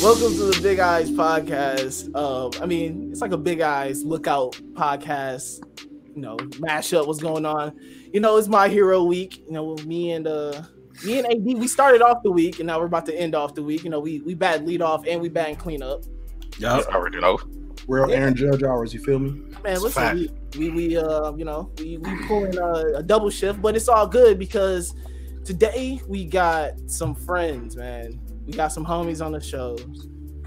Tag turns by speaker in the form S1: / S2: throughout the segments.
S1: Welcome to the Big Eyes podcast. Uh, I mean, it's like a Big Eyes Lookout podcast. You know, mashup. What's going on? You know, it's my hero week. You know, me and uh, me and AD, we started off the week, and now we're about to end off the week. You know, we we bat lead off and we bat and clean up.
S2: Yep.
S3: Uh,
S4: I already know.
S2: Real Aaron Judge hours, you feel me?
S1: Man,
S2: It's
S1: listen,
S2: fact.
S1: we, we we uh, you know, we we pulling a, a double shift, but it's all good because today we got some friends, man. We got some homies on the show.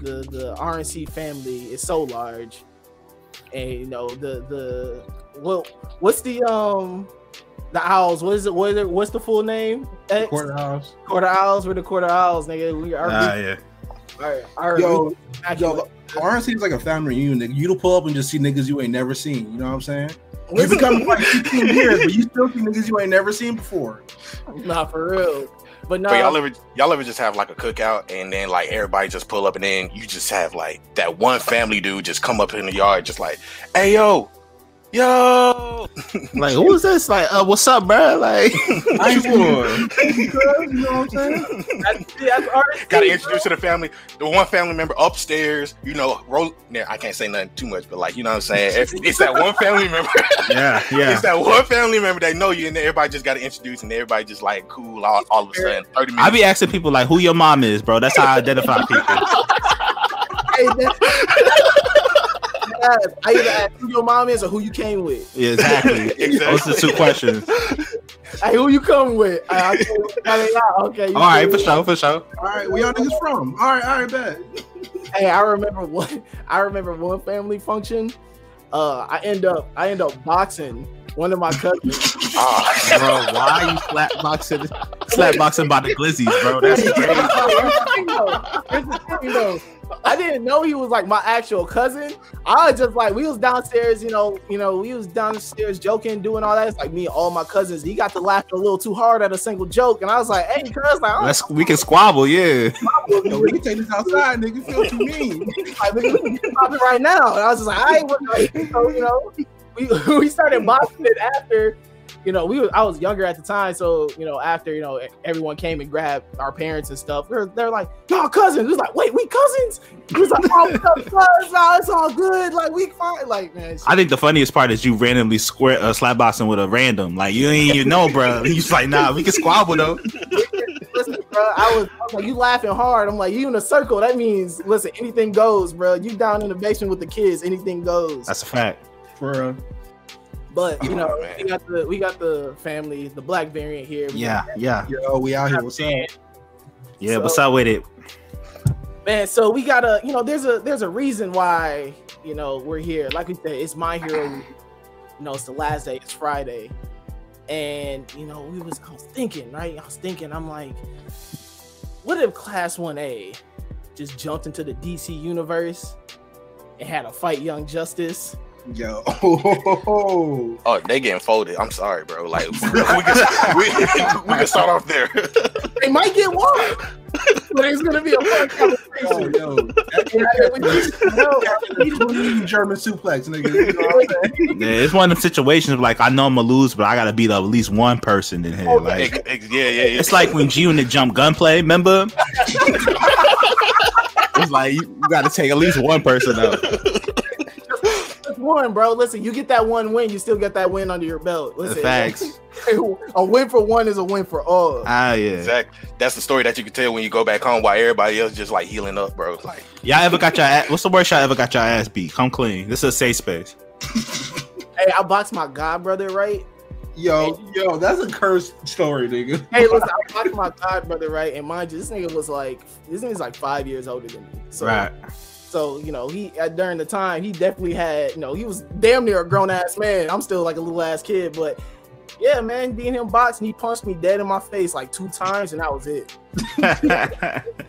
S1: The the RNC family is so large, and you know the the well, what's the um the owls? What is it? What is it what's the full name? X?
S5: Courthouse.
S1: Quarter owls. We're the quarter owls, nigga. We are.
S2: Ah, yeah.
S1: our, our,
S2: Yo,
S1: our-
S2: yo, the RNC is like a family reunion. nigga. You'll pull up and just see niggas you ain't never seen. You know what I'm saying? You become like 15 years, but you still see niggas you ain't never seen before.
S1: not for real, but no.
S4: But y'all ever y'all ever just have like a cookout and then like everybody just pull up and then you just have like that one family dude just come up in the yard just like, hey yo, yo,
S3: Like, who is this? Like, uh, what's up, bro? Like,
S2: I ain't seen you.
S3: sure.
S2: You know what I'm saying?
S1: That's, that's RNC,
S4: gotta
S1: bro.
S4: introduce to the family. The one family member upstairs, you know, roll. Nah, I can't say nothing too much, but like you know what I'm saying. It's, it's that one family member.
S3: yeah,
S4: It's that one family member that know you, and everybody just got to introduce, and everybody just like cool all, all of a sudden. Thirty minutes.
S3: I be asking people like, who your mom is, bro. That's how I identify people.
S1: Hey, that's- Yes, I either ask who your mom is or who you came with.
S3: Yeah, exactly.
S4: Exactly.
S3: Those are the two questions.
S1: Hey, who you come with? I, I can't- I mean, I- okay. you
S3: All right,
S1: cool.
S3: for sure, for sure.
S2: All right, where y'all niggas from? All right, all right, bet.
S1: Hey, I remember one. I remember one family function. Uh, I end up, I end up boxing one of my cousins.
S4: Ah,
S3: Bro, why are you slap boxing? Slap boxing by the glizzies, bro. That's
S1: Here's
S3: crazy.
S1: the thing, though. Here's the thing, though. I didn't know he was like my actual cousin. I was just like, we was downstairs, you know, you know, we was downstairs joking, doing all that. It's like me and all my cousins. He got to laugh a little too hard at a single joke, and I was like, hey, cuz, like, I don't
S3: Let's we can squabble, yeah.
S2: Yo, we can take this outside, nigga. You Feel what you mean?
S1: like, we can stop it right now. And I was just like, I ain't working. So, you know, we, we started boxing it after, you know, we was, I was younger at the time. So, you know, after, you know, e, everyone came and grabbed our parents and stuff, they're, they're like, y'all cousins. It was like, wait, we cousins? It was like, oh, we cousins. Nah, it's all good. Like, we fine. Like, man, shit.
S3: I think the funniest part is you randomly square uh, slap boxing with a random. Like you ain't even know, bro. You just like, nah, we can squabble though.
S1: listen, bro, I was, I was like, you laughing hard. I'm like, you in a circle. That means, listen, anything goes, bro. You down in the basement with the kids, anything goes.
S3: That's a fact.
S2: For uh,
S1: But you know,
S4: Oh, man.
S1: we got the we got the family, the black variant here. We
S3: Yeah, yeah,
S2: yo, we out here. What's up?
S3: yeah. What's up with it?
S1: man so we gotta you know there's a there's a reason why you know we're here like we said it's my hero week you know it's the last day it's friday and you know we was i was thinking right i was thinking i'm like what if class 1a just jumped into the dc universe and had a fight young justice
S2: Yo,
S4: oh, they getting folded. I'm sorry, bro. Like we can, we, we can start off there.
S1: they might get one but it's gonna be a fun
S2: yo,
S1: conversation
S2: yo. German suplex, nigga. You know what I'm saying?
S3: Yeah, it's one of them situations like I know I'm gonna lose, but I gotta beat up at least one person in here. Like
S4: Ex- ex- yeah, yeah, yeah.
S3: It's like when G Unit jumped gunplay, remember? it's like you, you gotta take at least one person out.
S1: one bro listen you get that one win you still get that win under your belt
S3: The
S1: listen
S3: facts.
S1: a win for one is a win for all.
S3: Ah yeah.
S4: Exactly. That's the story that you can tell when you go back home while everybody else just like healing up, bro. Like
S3: Y'all ever got your ass what's the worst y'all ever got your ass beat? Come clean. This is a safe space.
S1: Hey, I boxed my god brother, right?
S2: Yo, yo, that's a cursed story, nigga.
S1: Hey, listen, I boxed my god brother, right? And mind you, this nigga was like, this nigga's like five years older than me. So,
S3: right.
S1: so you know, he at, during the time he definitely had, you know, he was damn near a grown ass man. I'm still like a little ass kid, but yeah, man, being him boxing, he punched me dead in my face like two times, and that was it.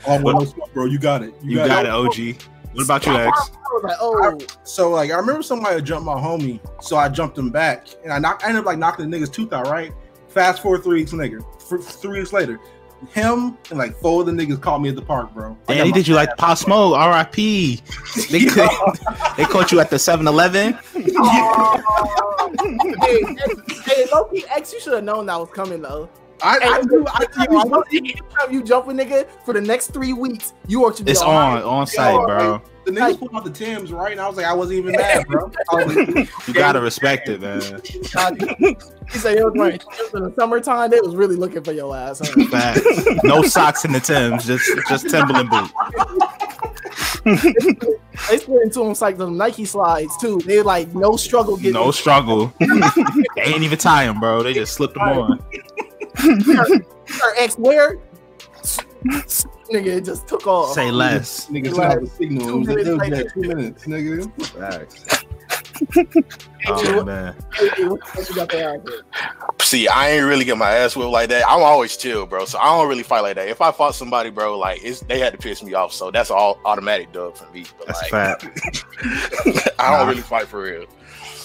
S2: Oh, well, no smoke, bro, you got it.
S3: you got it, OG. What about you, X?
S1: I was like, oh,
S2: So like, I remember somebody jumped my homie, so I jumped him back, and I, knocked, I ended up like knocking the nigga's tooth out. Right. Fast forward three weeks later. F- three weeks later, him and like four of the niggas caught me at the park, bro. I got
S3: Danny,
S2: my-
S3: did you like Pop Smoke? R.I.P. They, they caught you at the 7-Eleven.
S1: hey, hey, hey, low key X, you should have known that was coming though.
S2: I,
S1: Hey,
S2: I do. I
S1: if
S2: do. I
S1: you,
S2: do.
S1: jump, if you jump with nigga for the next three weeks, you are to be
S3: It's
S1: all
S3: on
S1: right.
S3: on site, bro.
S2: The niggas pulled out the Tims, right? And I was like, I wasn't even mad, bro. I was like,
S3: You gotta respect it, man.
S1: He said, "Yo, right. in the summertime, they was really looking for your ass." huh?"
S3: Facts. No socks in the Timbs, just just Timberland boot.
S1: they slid into him like them Nike slides too. They like no struggle getting.
S3: No struggle. they ain't even tie them, bro. They just slipped them on.
S1: her ex where nigga it just took off.
S3: Say less.
S2: nigga, sent out the signal. It was, it was that two minutes, nigga.
S3: Oh man.
S1: Hey, what- what you got there out there?
S4: See, I ain't really get my ass whipped like that. I'm always chill, bro. So I don't really fight like that. If I fought somebody, bro, like it's they had to piss me off. So that's all automatic dub for me. But,
S3: That's
S4: like,
S3: fat.
S4: I don't
S3: Nah.
S4: really fight for real.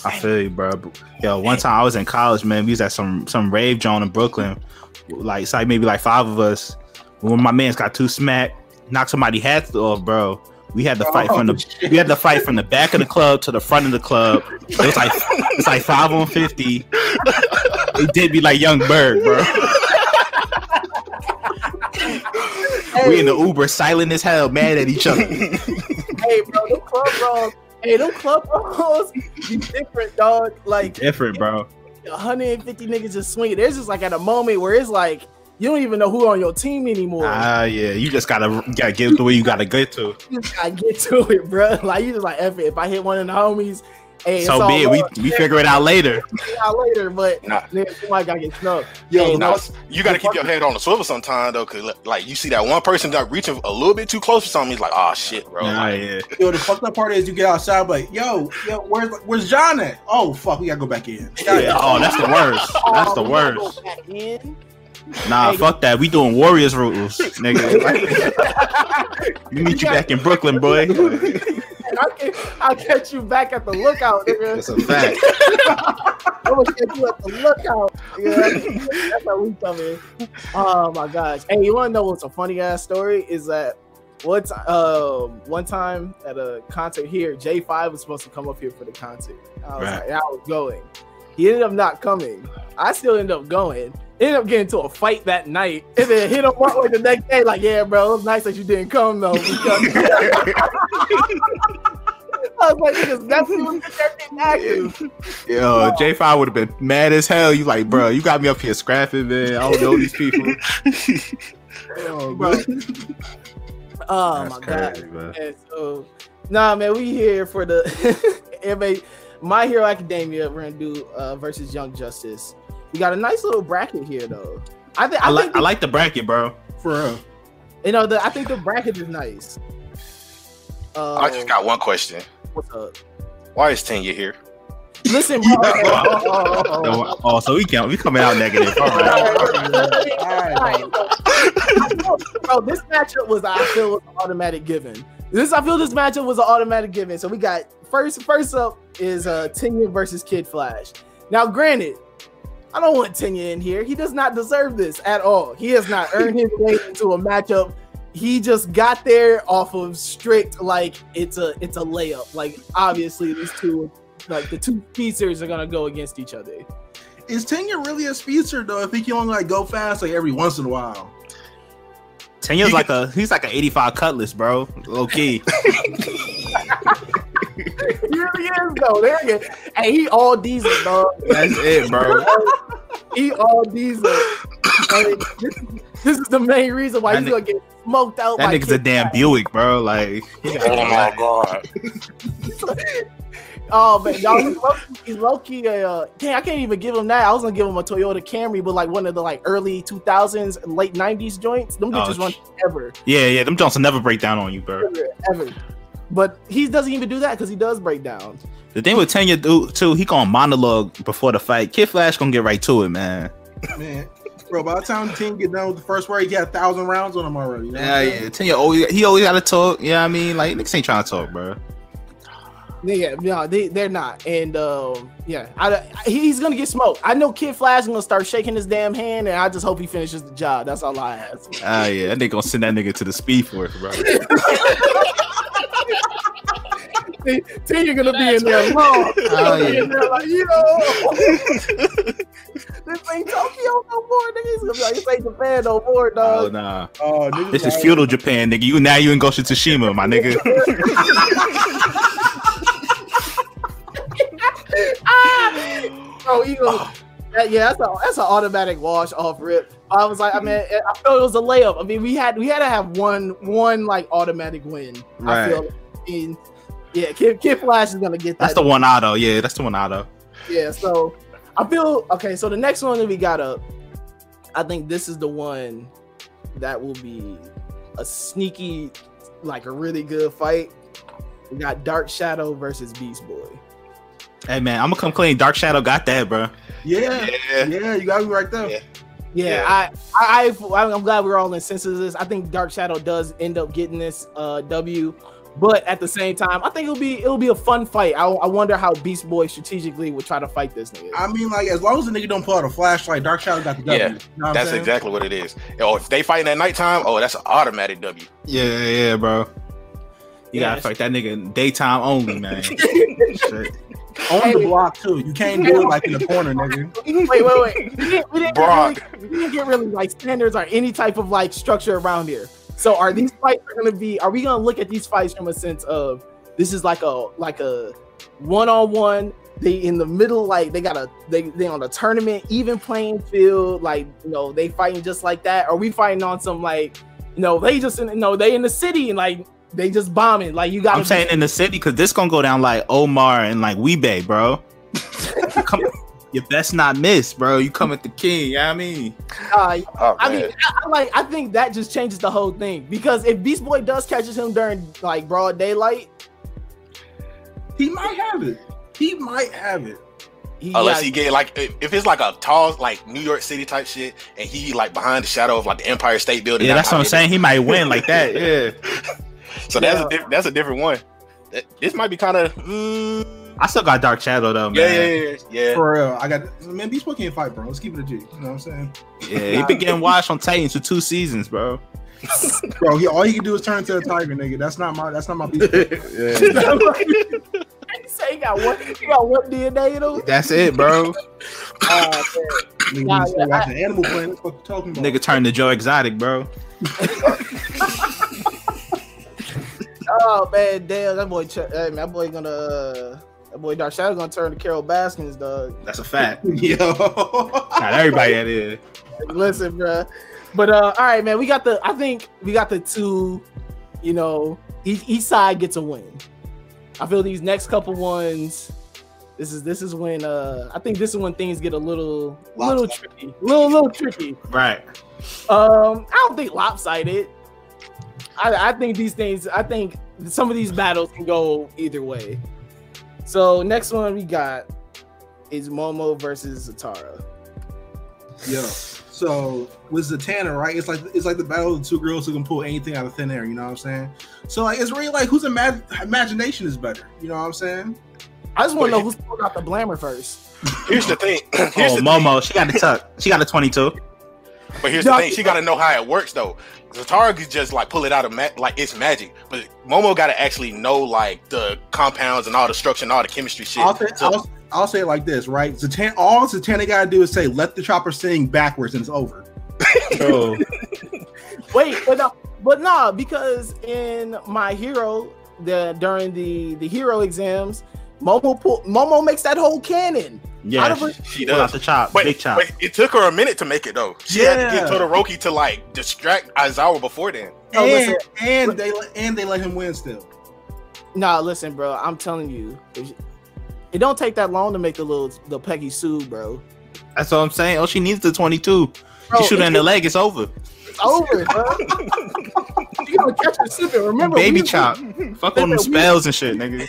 S3: I feel you, bro. But- Yo, one time I was in college, man. We was at some some rave joint in Brooklyn. Like, it's like maybe like five of us. When my man's got two smack, knocked somebody hats off, bro. We had to fight from the we had to fight from the back of the club to the front of the club. It was like it's like five on fifty. It did be like Young Bird, bro. We in the Uber, silent as hell, mad at each other.
S1: Hey, bro, them club bros. Hey, them club bros be different, dog. Like
S3: Different, bro.
S1: 150 niggas just swinging. There's just like at a moment where it's like you don't even know who on your team anymore.
S3: Ah, yeah. You just gotta gotta get the way you gotta get to.
S1: you just gotta get to it, bro. Like you just like F it. If I hit one of the homies, hey, it's
S3: so
S1: all
S3: be it. We
S1: love.
S3: we figure it out later.
S1: Check it out later. But
S4: Nah.
S1: nigga, somebody gotta get snuck.
S2: Yo,
S1: Hey,
S2: the
S4: Nah,
S2: last-
S4: you got to keep your head on the swivel sometime though, cause like you see that one person that reaching a little bit too close for something, he's like, "Oh shit, bro."
S3: Nah,
S4: Like,
S3: yeah.
S2: yo, the fucked up part is you get outside, like, yo, yo, where's where's John at? Oh fuck, we gotta go back in.
S3: Yeah, Oh, that's the worst. That's the
S1: Um, I'm gonna
S3: worst.
S1: go back in.
S3: Nah,
S1: Hey.
S3: fuck that. We doing Warriors rules, nigga. we meet you back in Brooklyn, boy.
S1: And I can, I'll catch you back at the lookout, nigga.
S3: a fact.
S1: I'm gonna catch you at the lookout. Yeah, that's how we come in. Oh my gosh. Hey, you wanna know what's a funny ass story? Is that what um one time at a concert here, J5 was supposed to come up here for the concert. I was
S3: Right.
S1: like, I was going. He ended up not coming. I still ended up going. Ended up getting into a fight that night, and then hit him up like the next day. Like, yeah, bro, it was nice that you didn't come though. Because I was like, because that's what was getting active.
S3: Yo, J Five would have been mad as hell. You like, bro, you got me up here scrapping, man. I don't know these people.
S1: Oh, bro. oh my god.
S3: man.
S1: And so, nah, man, we here for the MMA, My Hero Academia. We're gonna do uh, versus Young Justice. We got a nice little bracket here, though. I think I,
S3: I like
S1: think
S3: I like the bracket, bro.
S2: for real.
S1: you know the, I think the bracket is nice. Uh,
S4: I just got one question:
S1: what's up?
S4: Why is Tenya here?
S1: Listen, bro. oh, oh, oh, oh.
S3: Oh, oh, so we count. We coming out negative. All
S1: All
S3: right.
S1: right, all
S2: Alright.
S1: right. Bro, this matchup was I feel was an automatic given. This I feel this matchup was an automatic given. So we got first first up is uh Tenya versus Kid Flash. Now, granted, I don't want Tenya in here. He does not deserve this at all. He has not earned his way into a matchup. He just got there off of strict like it's a it's a layup. Like obviously these two like the two features are gonna go against each other.
S2: Is Tanya really a speedster though? I think you only like go fast like every once in a while.
S3: Tenya's like a he's like an eighty five cutlass, bro. Low key.
S1: He really is though. There he is. And he all diesel, dog.
S3: That's it, bro.
S1: He all diesel. And this, this is the main reason why
S3: That
S1: he's
S3: ni-
S1: gonna get smoked out.
S3: That
S1: by
S3: nigga's a
S1: Kid
S3: damn
S1: Flash.
S3: Buick, bro. Like, he got-
S4: my god!
S1: Oh man, y'all, he's low, he's low key. Uh, dang, I can't even give him that. I was gonna give him a Toyota Camry, but like one of the like early 2000s, late 90s joints. Them
S3: Oh,
S1: bitches run ever,
S3: yeah, yeah. Them Johnson never break down on you, bro.
S1: ever, ever. But he doesn't even do that because he does break down.
S3: The thing with Tanya dude, too, he gonna monologue before the fight. Kid Flash gonna get right to it, man.
S2: Man. Bro, by the time the team get done with the first word, he had a thousand rounds on him already. You know what
S3: Yeah,
S2: I'm
S3: yeah. Tanya always he always gotta talk. Yeah, I mean, like niggas ain't trying to talk, bro.
S1: Yeah, no, they they're not, and um, yeah, I, I- he's gonna get smoked. I know Kid Flash is gonna start shaking his damn hand, and I just hope he finishes the job. That's all I ask.
S3: Ah, yeah. That nigga gonna send that nigga to the speed force, bro.
S1: T, T, you're gonna be in there long.
S3: Oh, yeah.
S1: You're gonna be in there like, yo. This ain't Tokyo no more, nigga. He's gonna be like, this ain't Japan no more,
S3: Oh
S1: dog.
S3: nah.
S2: Oh, niggas
S3: This is
S2: like-
S3: feudal Japan, nigga. You now you in Goshen Tsushima, my nigga.
S1: Ah! Oh, you gonna- that- yeah, that's a that's an automatic wash off rip. I was like, I mean, I felt it was a layup. I mean, we had we had to have one one like automatic win. I feel. like. I mean, yeah, Kid, Kid Flash is gonna get that.
S3: That's the one auto. Yeah, that's the one auto.
S1: yeah, so I feel okay. So the next one that we got up, I think this is the one that will be a sneaky, like a really good fight. We got Dark Shadow versus Beast Boy.
S3: Hey man, I'm gonna come clean. Dark Shadow got that, bro.
S2: Yeah,
S4: Yeah.
S2: yeah, you got me right there.
S4: Yeah.
S1: Yeah, I, I, I, I'm glad we're all in senses of this. I think Dark Shadow does end up getting this uh, W, but at the same time, I think it'll be it'll be a fun fight. I, I wonder how Beast Boy strategically would try to fight this nigga.
S2: I mean, like as long as the nigga don't pull out a flashlight, Dark Shadow got the W.
S4: Yeah,
S2: you know what I'm
S4: That's
S2: saying?
S4: exactly what it is. Oh, if they fighting at nighttime, oh, that's an automatic W.
S3: Yeah, yeah, yeah, bro. You
S1: Yeah.
S3: gotta fight that nigga in daytime only, man. Shit.
S2: on
S1: Hey.
S2: the block too. You can't do it like in the corner, nigga.
S1: wait, wait, wait. We didn't, we didn't get really,
S4: Brock.
S1: we didn't get really like standards or any type of like structure around here. So are these fights are gonna be? Are we gonna look at these fights from a sense of this is like a like a one on one? They in the middle, like they got a they they on a tournament even playing field, like you know they fighting just like that. Are we fighting on some like you know they just in no they in the city and like they just bombing like you got.
S3: I'm saying in the city because this gonna go down like Omar and like Weebay, bro. come, you best not miss, bro. You come at the king. Yeah, I mean,
S4: Oh,
S1: I
S4: man.
S1: mean, I, I like I think that just changes the whole thing because if Beast Boy does catches him during like broad daylight,
S2: He might have it. He might have it.
S1: he
S4: Unless
S1: got-
S4: he get like if if it's like a tall like New York City type shit, and he like behind the shadow of like the Empire State Building.
S3: yeah, that's what I'm saying. He might win like that. Yeah,
S4: So that's a diff- that's a different one. That- This might be kind of mm,
S3: I still got Dark Shadow though,
S4: yeah,
S3: Oh,
S4: yeah,
S3: man.
S4: yeah, yeah.
S2: For real. I got man, Beast Boy can't fight, bro. Let's keep it a G. You know what I'm saying?
S3: Yeah, he been getting washed on Titans for two seasons, bro.
S2: Bro, he, all he can do is turn into a tiger, nigga. That's not my that's not my Beast Boy.
S3: Yeah.
S1: he say he got one, he got one DNA in him.
S3: That's it, bro.
S1: Uh,
S2: Nigga,
S1: Nah,
S2: nah,
S1: yeah,
S2: watching Animal Planet. What the fuck you talking about?
S3: Nigga turned to Joe Exotic, bro.
S1: oh man, damn that boy, ch- hey, man, that boy gonna uh, that boy Dark Shadow gonna turn to Carol Baskins, dog.
S3: That's a fact.
S2: Yo.
S3: Not everybody that is.
S1: Like, listen, bruh. But uh, all right, man, we got the I think we got the two. You know, each, each side gets a win. I feel these next couple ones. This is this is when uh I think this is when things get a little little
S2: Lopsided.
S1: tricky, little little tricky.
S3: Right.
S1: Um, I don't think lopsided. I, I think these things. I think some of these battles can go either way. So next one we got is Momo versus Zatara.
S2: Yo. So with Zatanna, right? It's like it's like the battle of the two girls who can pull anything out of thin air, you know what I'm saying? So like it's really like whose imag- imagination is better, you know what I'm saying?
S1: I just want to know who's pulling out the blamer first.
S4: Here's the thing. Here's
S3: oh,
S4: the
S3: Momo, she got the tuck. She got a 22.
S4: But here's
S1: Yeah.
S4: the thing, she gotta know how it works though. Zatara could just like pull it out of ma- like it's magic, but Momo gotta actually know like the compounds and all the structure and all the chemistry shit.
S2: I'll say,
S4: So-
S2: I'll, I'll say it like this, right? Zatan, all Zatanna gotta do is say, "Let the chopper sing backwards," and it's over.
S3: Bro.
S1: Wait, but no, but nah, because in my hero, the during the the hero exams, Momo pull, Momo makes that whole cannon. Out
S3: Yeah.
S1: of her-
S4: she
S3: Pull out
S4: does.
S3: the chop.
S4: But,
S3: Big chop.
S4: but it took her a minute to make it though. She had to get
S2: Yeah.
S4: Todoroki to like distract Aizawa before then.
S1: Oh, listen.
S2: and and they and they let him win still.
S1: Nah, listen, bro, I'm telling you, if- it don't take that long to make the little the Peggy Sue, bro.
S3: That's what I'm saying. Oh, she needs the 22.
S1: Bro,
S3: she shoot her in
S1: it's
S3: the leg. It's over.
S1: over, bro. you gonna catch her slipping. Remember,
S3: Baby
S1: we-
S3: chop. Fuck on them spells and shit, nigga.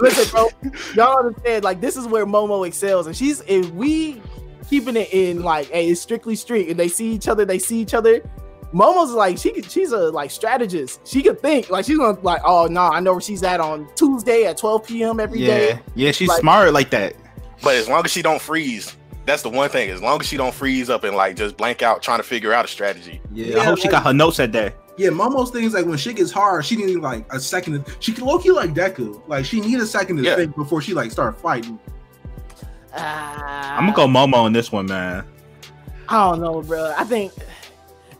S1: Listen, bro, y'all understand? Like, this is where Momo excels, and she's if we keeping it in like, hey, it's strictly street, and they see each other, they see each other. Momo's like she could- she's a like strategist. She could think like she's gonna like, oh no, I know where she's at on Tuesday at 12 p.m. every day.
S3: Yeah. Yeah, she's
S1: Like-
S3: smart like that.
S4: But as long as she don't freeze, that's the one thing. As long as she don't freeze up and like just blank out trying to figure out a strategy.
S3: Yeah.
S2: Yeah,
S3: I hope she
S2: like-
S3: got her notes that day.
S2: Yeah, Momo's things like when shit gets hard, she needs like a second. To, she can low key like Deku, like she need a second to
S4: Yeah.
S2: think before she like start fighting.
S1: Uh,
S3: I'm gonna go
S1: Ah.
S3: Momo on this one, man.
S1: I don't know, bro. I think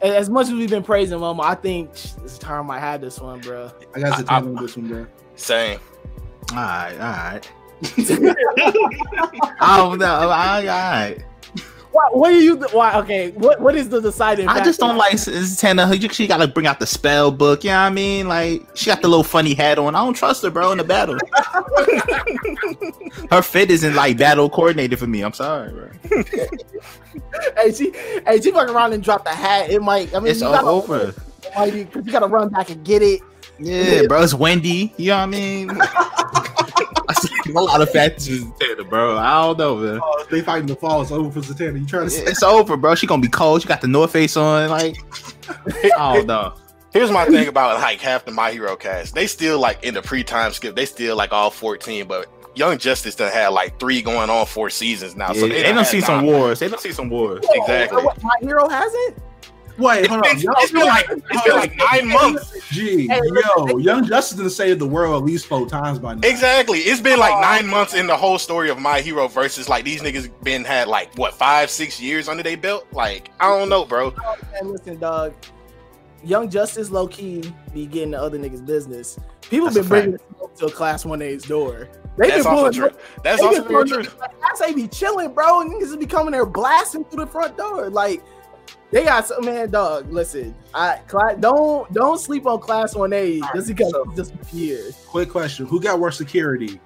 S1: a- as much as we've been praising Momo, I think this time might have this one, bro.
S2: I got to
S4: I-
S2: time on this one, bro.
S4: Same.
S3: All right, all right. Oh no, all right. all right.
S1: Why, what do you? Why? Okay. What What is the deciding?
S3: I just
S1: factor?
S3: don't like S- S- Tana. You- She gotta bring out the spell book. You know what I mean? Like she got the little funny hat on. I don't trust her, bro. In the battle, her fit isn't like battle coordinated for me. I'm sorry, bro.
S1: Hey, she, hey, she fuck around and drop the hat. It might. I mean,
S3: It's
S1: you
S3: all
S1: gotta,
S3: over.
S1: like, you, 'cause you gotta run back and get it.
S3: Yeah, bro, it's Wendy. You know what I mean? I see a lot of factors in Tana, bro. I don't know, man.
S4: uh,
S2: Oh, they fighting the falls over for Zatanna. You trying to say?
S3: It's over, bro. She gonna be cold. She got the North Face on. Like, oh no.
S4: Here's my thing about like half the My Hero cast. They still like in the pre-time skip. They still like all 14, but Young Justice done had like three going on four seasons now.
S3: Yeah,
S4: so
S3: they don't
S4: done
S3: see
S4: had time.
S3: some wars. They don't see some wars.
S4: Exactly.
S1: What, my hero hasn't.
S2: Wait, hold on.
S4: It's,
S2: Young,
S4: it's been like it's been like nine months.
S2: gee,
S1: Hey,
S2: yo, Young Justice done saved the world at least four times by now.
S4: Exactly. It's been
S3: Oh.
S4: like nine months in the whole story of My Hero versus like these niggas been had like what five, six years under their belt. Like, I don't know, bro.
S1: Man, listen, dog. Young Justice low key be getting the other niggas business. People
S3: That's
S1: been
S3: a
S1: bringing this smoke to a class one A's door. They
S4: That's
S1: been
S4: also
S1: pulling.
S4: true. That's
S1: they
S4: also
S1: been
S4: very
S1: pulling-
S4: true.
S1: I say be chilling, bro. and Niggas be coming there blasting through the front door. Like they got some man, dog. Listen, I cla- don't don't sleep on class one A
S2: All right,
S1: just because
S2: so-
S1: it disappeared.
S2: Quick question: Who got worse security,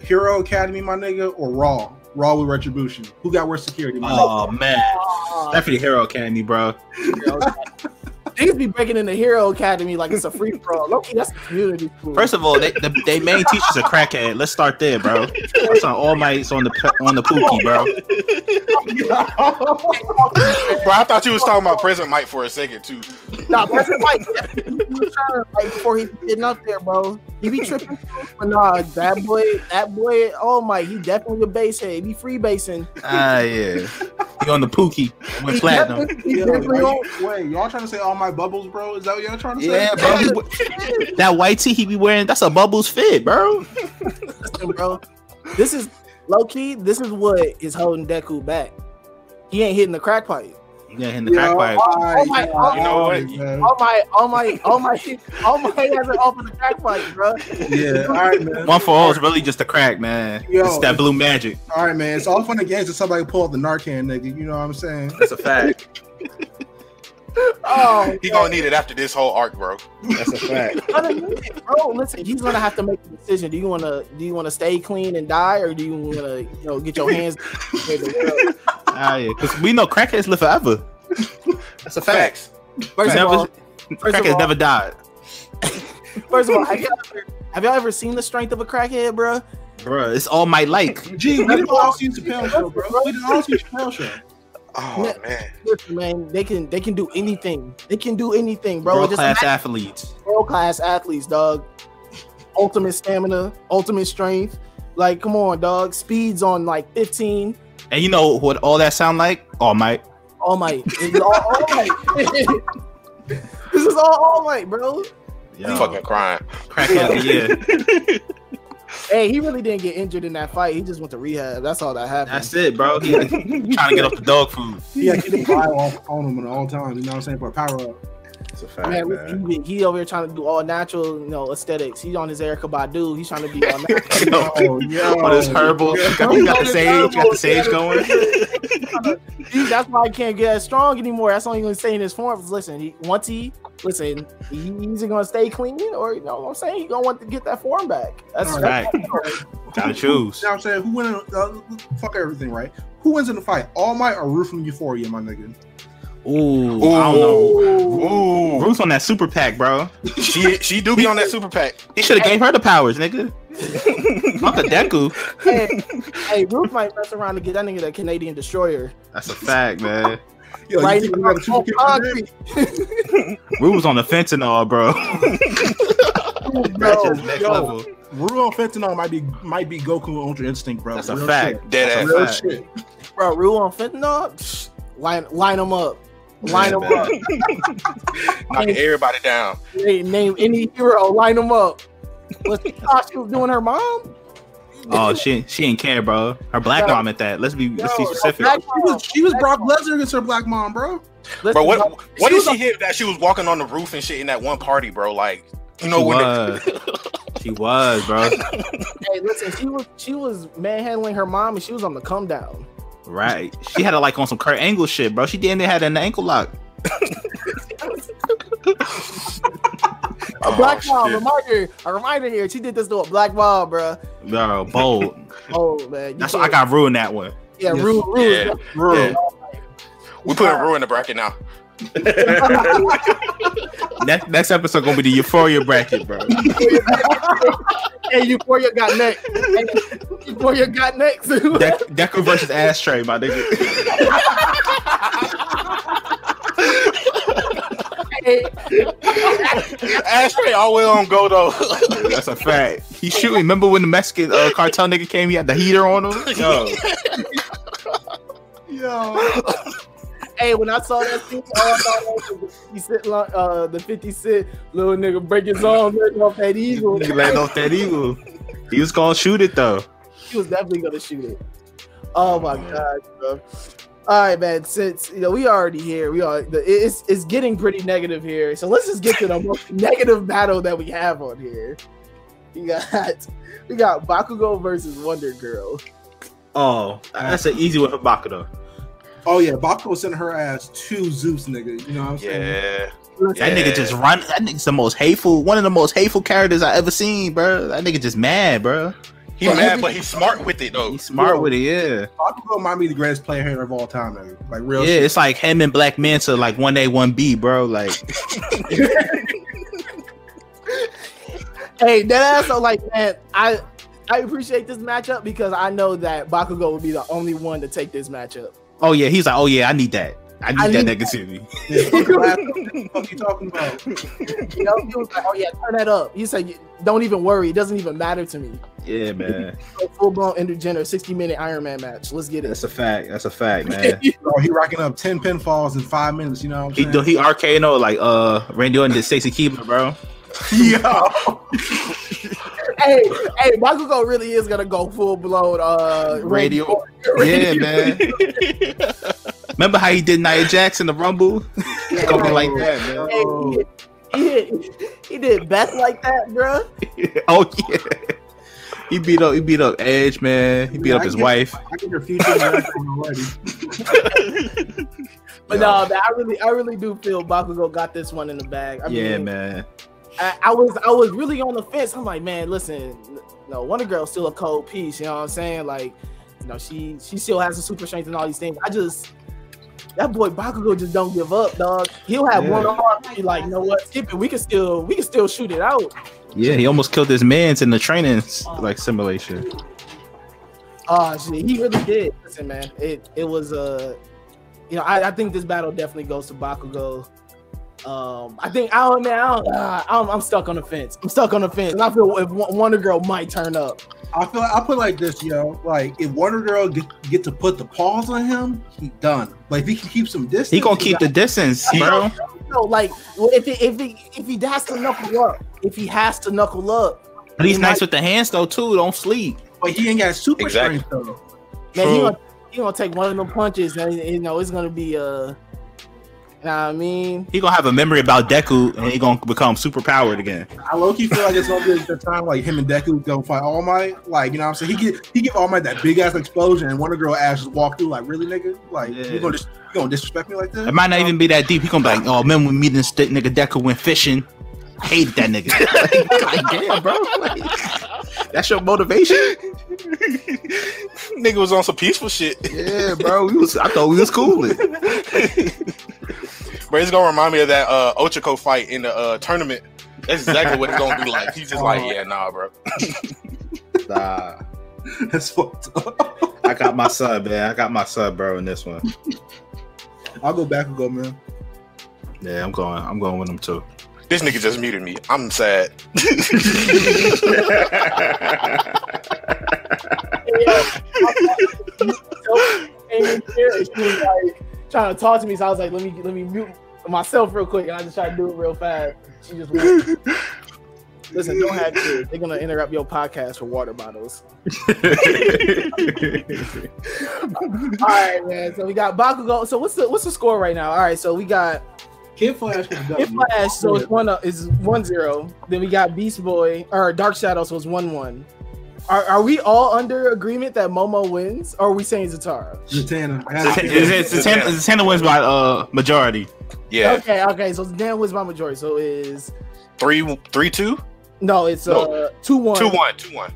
S2: Hero Academy, my nigga, or Raw? Raw with Retribution. Who got worse security? My
S4: Uh,
S2: nigga?
S3: Oh man,
S1: Aw,
S3: definitely Hero Candy, bro.
S1: Hero Academy. Niggas be breaking into Hero Academy like it's a free for all. Loki, that's a community school.
S3: First of all, they, the, they main teacher's a crackhead. Let's start there, bro. That's on All Might's on the pe- on the pookie, bro.
S4: Bro, I thought you was talking about President Mike for a second too.
S1: Nah, that's Mike. He was trying, like before he getting up there, bro. He be tripping, but nah, that boy, that boy, oh my, he definitely a base head. He be free basing.
S3: Ah yeah, he on the pookie. Went
S1: He
S3: platinum.
S1: definitely- he
S2: Yo,
S1: definitely
S2: y'all-
S1: on-
S2: wait, y'all trying to say all my bubbles, bro? Is that what y'all trying to say?
S3: Yeah, bro. he we- that white tee he be wearing, that's a bubbles fit, bro.
S1: Listen, bro. This is low key. This is what is holding Deku back. He ain't hitting the crack pipe.
S3: Yeah, in the crack pipe.
S1: Oh my-
S2: God,
S4: You know what?
S2: man.
S1: All my, all my, all my, all my hasn't opened the crack pipe, bro.
S2: Yeah, all right, man.
S3: One for all is really just a crack, man.
S2: Yo.
S3: it's that blue magic.
S2: All right, man. It's all fun and games if somebody pull out the Narcan, nigga. You know what I'm saying?
S3: That's a fact.
S1: Oh,
S4: He gonna need it after this whole arc, bro.
S3: That's a fact.
S1: bro, listen, he's gonna have to make a decision. Do you wanna, do you wanna stay clean and die, or do you wanna, you know, get your hands?
S3: Ah, yeah, because we know crackheads live forever. That's a fact.
S4: Facts.
S1: First of
S3: Never-
S1: all, first of
S3: crackheads
S1: all-
S3: never died,
S1: first of all, have y'all ever, have y'all ever seen the strength of a crackhead, bro?
S3: bro. It's all my like.
S2: Gee, we didn't all see Chappelle show, bro. We didn't all see Chappelle show.
S4: Oh man.
S1: Listen, man, they can, they can do anything. They can do anything, bro.
S3: World
S1: Just
S3: class athletes.
S1: world class athletes, dog. Ultimate stamina, ultimate strength. Like, come on, dog. Speeds on like 15.
S3: And you know what all that sound like? All Might.
S1: All might. It's all, all might. this is all all might, bro.
S3: Yo,
S4: Fucking crying.
S3: crackhead. Yeah,
S1: Hey, he really didn't get injured in that fight. He just went to rehab. That's all that happened.
S3: that's it, bro. He, he trying to get off the dog food.
S2: Yeah, keep an eye on, on him at all times. You know what I'm saying? For a power up.
S3: That's a
S1: Man, listen, he, he over here trying to do all natural, you know, aesthetics. He's on his Erica Badu. He's trying to be all natural.
S2: Oh, yo.
S3: All this herbal.
S2: Yeah.
S3: Got, you got the sage. Got the sage going.
S1: He- that's why he can't get as strong anymore. That's only gonna stay in his form. Listen, he, once he listen, he, he's either gonna stay clean or you know what I'm saying, he's gonna want to get that form back. That's
S2: All
S3: right.
S1: that's-
S3: Gotta choose.
S2: You know what I'm saying? Who win? in- Uh, fuck everything, right? Who wins in the fight? All Might or Roof from Euphoria, my nigga?
S3: Ooh, I don't know.
S4: Ooh.
S3: Bruce on that super pack, bro.
S4: She she do be on that super pack.
S3: He should have gave her the powers, nigga. Uncle Deku.
S1: hey, hey, Ruth might mess around to get that nigga that Canadian destroyer.
S3: That's a fact, man.
S2: Yo,
S1: right Oh,
S2: you
S1: now,
S2: think we got a super
S1: on
S2: kick from there?
S1: concrete,
S3: Rue was on the fence and all, bro. That's
S1: bro.
S3: just next
S1: yo.
S3: level.
S2: Ruel Fentanyl might be might be Goku and Ultra Instinct, bro.
S3: That's a
S2: Real
S3: fact.
S2: shit.
S4: Dead
S3: That's
S4: ass.
S3: a
S2: Real
S3: fact.
S2: shit.
S1: Bro, Rue on fentanyl. psh, Line line them up. Line
S3: Yeah,
S1: them
S3: man.
S1: up.
S4: Knocking everybody down.
S1: Hey, name any hero, line them up. Was Sasha doing her mom?
S3: Oh, she she didn't care, bro. Her black
S1: Yo.
S3: mom at that. Let's be let's be
S1: Yo,
S3: specific.
S1: black-
S2: She was, she was Brock Lesnar against her black mom, bro.
S1: Listen,
S4: Bro, what what
S1: she
S4: did
S1: was
S4: she hit that she was walking on the roof and shit in that one party, bro? Like, you know
S3: she
S4: when the-
S3: was. she was, bro.
S1: Hey, listen, she was she was manhandling her mom, and she was on the come down.
S3: Right. She had to like on some Kurt Angle shit, bro. She didn't had an ankle lock. Oh,
S1: A
S4: Oh,
S1: black mom,
S4: shit.
S1: reminder, a reminder here. She did this to a black mom, bro.
S3: Bro, bold.
S1: Oh man, you
S3: That's
S1: can't-
S3: I got ruined that one.
S1: Yeah, rude, rude.
S4: Yeah.
S2: Bro,
S3: Yeah.
S4: We put Rue in the bracket now.
S3: Next next episode gonna be the euphoria bracket, bro.
S1: Hey, Euphoria got next. Hey, Euphoria got next.
S3: De- Decker versus Ashtray, my nigga.
S1: hey,
S4: Ashtray always on go though.
S3: That's a fact. He shooting. Remember when the Mexican uh, cartel nigga came? He had the heater on him. Yo,
S2: yo,
S1: hey, when I saw that scene, all I thought was the 50 cent, lo- uh, the 50 cent little nigga break his arm letting off that eagle.
S3: nigga let off that eagle. He was gonna shoot it though.
S1: he was definitely gonna shoot it. Oh my god, bro. All right, man. Since you know we already here, we are. The, it's it's getting pretty negative here. So let's just get to the most negative battle that we have on here. We got we got Bakugo versus Wonder Girl.
S3: Oh, that's an easy one for Bakudo.
S2: oh yeah, Bakugo sent her ass to Zeus, nigga. You know what I'm saying?
S4: yeah.
S3: That
S4: Yeah.
S3: nigga just run. That nigga's the most hateful. One of the most hateful characters I ever seen, bro. That nigga just mad, bro.
S4: He
S2: Bro,
S4: mad,
S2: every-
S4: but he's smart with it though.
S3: He's smart with it, yeah.
S2: Bakugo might be the greatest player here of all time, nigga. Like real
S3: yeah,
S2: shit.
S3: it's like him and Black Manta, like one A, one B, bro. Like
S1: Hey, that ass. So like, man, I I appreciate this matchup because I know that Bakugo will be the only one to take this matchup.
S3: Oh yeah, he's like, oh yeah, I need that. I need
S1: I
S3: that
S1: need
S3: negativity.
S2: Yeah. What the fuck you talking about?
S1: You know, he was like, "Oh yeah, turn that up." He said, "Don't even worry. It doesn't even matter to me."
S3: Yeah, man.
S1: Full blown Ender Jenner, sixty minute Iron Man match. Let's get it.
S3: That's a fact. That's a fact, man.
S2: Bro, Oh, he rocking up ten pinfalls in five minutes. You know what
S3: he
S2: I'm
S3: do
S2: saying?
S3: he RKO like uh Randy Orton did Stacy Keebler, bro.
S2: yo,
S1: hey, hey, Bakugo really is gonna go full blown uh Randy
S3: Radio.
S1: Orton.
S3: Yeah, man. Remember how he did Nia Jackson the Rumble? It's gonna be like that, man.
S1: Hey, he, did, he did he did Beth like that, bruh.
S3: Oh yeah. He beat up he beat up Edge, man. He beat up his wife.
S2: I can hear future rapping already.
S1: But no, man, I really I really do feel Bakugo got this one in the bag. I
S3: Yeah,
S1: mean,
S3: man.
S1: I, I was I was really on the fence. I'm like, man, listen, no, Wonder Girl's still a cold piece. You know what I'm saying? Like, you know, she she still has the super strength and all these things. I just that boy Bakugo just don't give up, dog. He'll have
S3: Yeah.
S1: one arm. Be like, you know what? Skip it. We can still we can still shoot it out.
S3: Yeah, he almost killed his man's in the training like simulation.
S1: Oh shit, he really did. Listen, man, it it was uh, you know, I, I think this battle definitely goes to Bakugo. Um, I think I don't know. I don't- ah, I'm, I'm stuck on the fence. I'm stuck on the fence, and I feel if Wo- Wonder Girl might turn up.
S2: I feel I put it like this, yo. Like if Wonder Girl get, get to put the paws on him, he done. Like if he can keep some distance,
S3: He gonna keep the distance, bro.
S1: No, like well, if it, if he if he has to knuckle up, if he has to knuckle up,
S3: But he's nice with the hands though too. Don't sleep.
S2: But he ain't got super
S4: Exactly.
S2: strength though.
S1: man, he
S3: True.
S1: gonna, he gonna take one of them punches, and you know it's gonna be uh, you know what I mean,
S3: He gonna have a memory about Deku, and he gonna become super powered again.
S2: I low key feel like it's gonna be the time like him and Deku go fight All Might. Like you know what I'm saying? He get he give All Might that big ass explosion, and Wonder Girl ass just walk through like really nigga. Like
S3: Yeah.
S2: you gonna dis- you gonna disrespect me like that?
S3: It might not even be that deep. He gonna be like, "Oh, remember when me and this thick nigga Deku went fishing? I hated that nigga." like, damn, bro. Like, that's your motivation?
S4: Nigga was on some peaceful shit.
S3: Yeah, bro. We was. I thought we was cool.
S4: But it's gonna remind me of that uh Ochako fight in the uh tournament. That's exactly what it's gonna be like. He's just like, yeah, nah, bro.
S3: Nah,
S2: That's fucked up.
S3: I got my son, man. I got my son, bro. In this one,
S2: I'll go back and go, man.
S3: yeah, I'm going. I'm going with him too.
S4: This nigga just muted me. I'm sad.
S1: and she was like trying to talk to me, so I was like, let me let me mute myself real quick, and I just tried to do it real fast. She just went, Listen, don't have kids. They're gonna interrupt your podcast for water bottles. All right, man. So we got Bakugo. So what's the what's the score right now? All right, so we got
S2: Kid Flash was
S1: Hit
S2: dumb.
S1: Flash. So it's one up is one zero. Then we got Beast Boy or Dark Shadow. So it's one one. Are, are we all under agreement that Momo wins? Or are we saying Zatara?
S2: Zatanna.
S3: It's- it's- Zatanna Zatanna wins by uh majority.
S4: Yeah,
S1: Okay, okay. So Dan wins by majority. So is
S4: three, three, two,
S1: no, it's uh two one.
S4: two, one, two, one.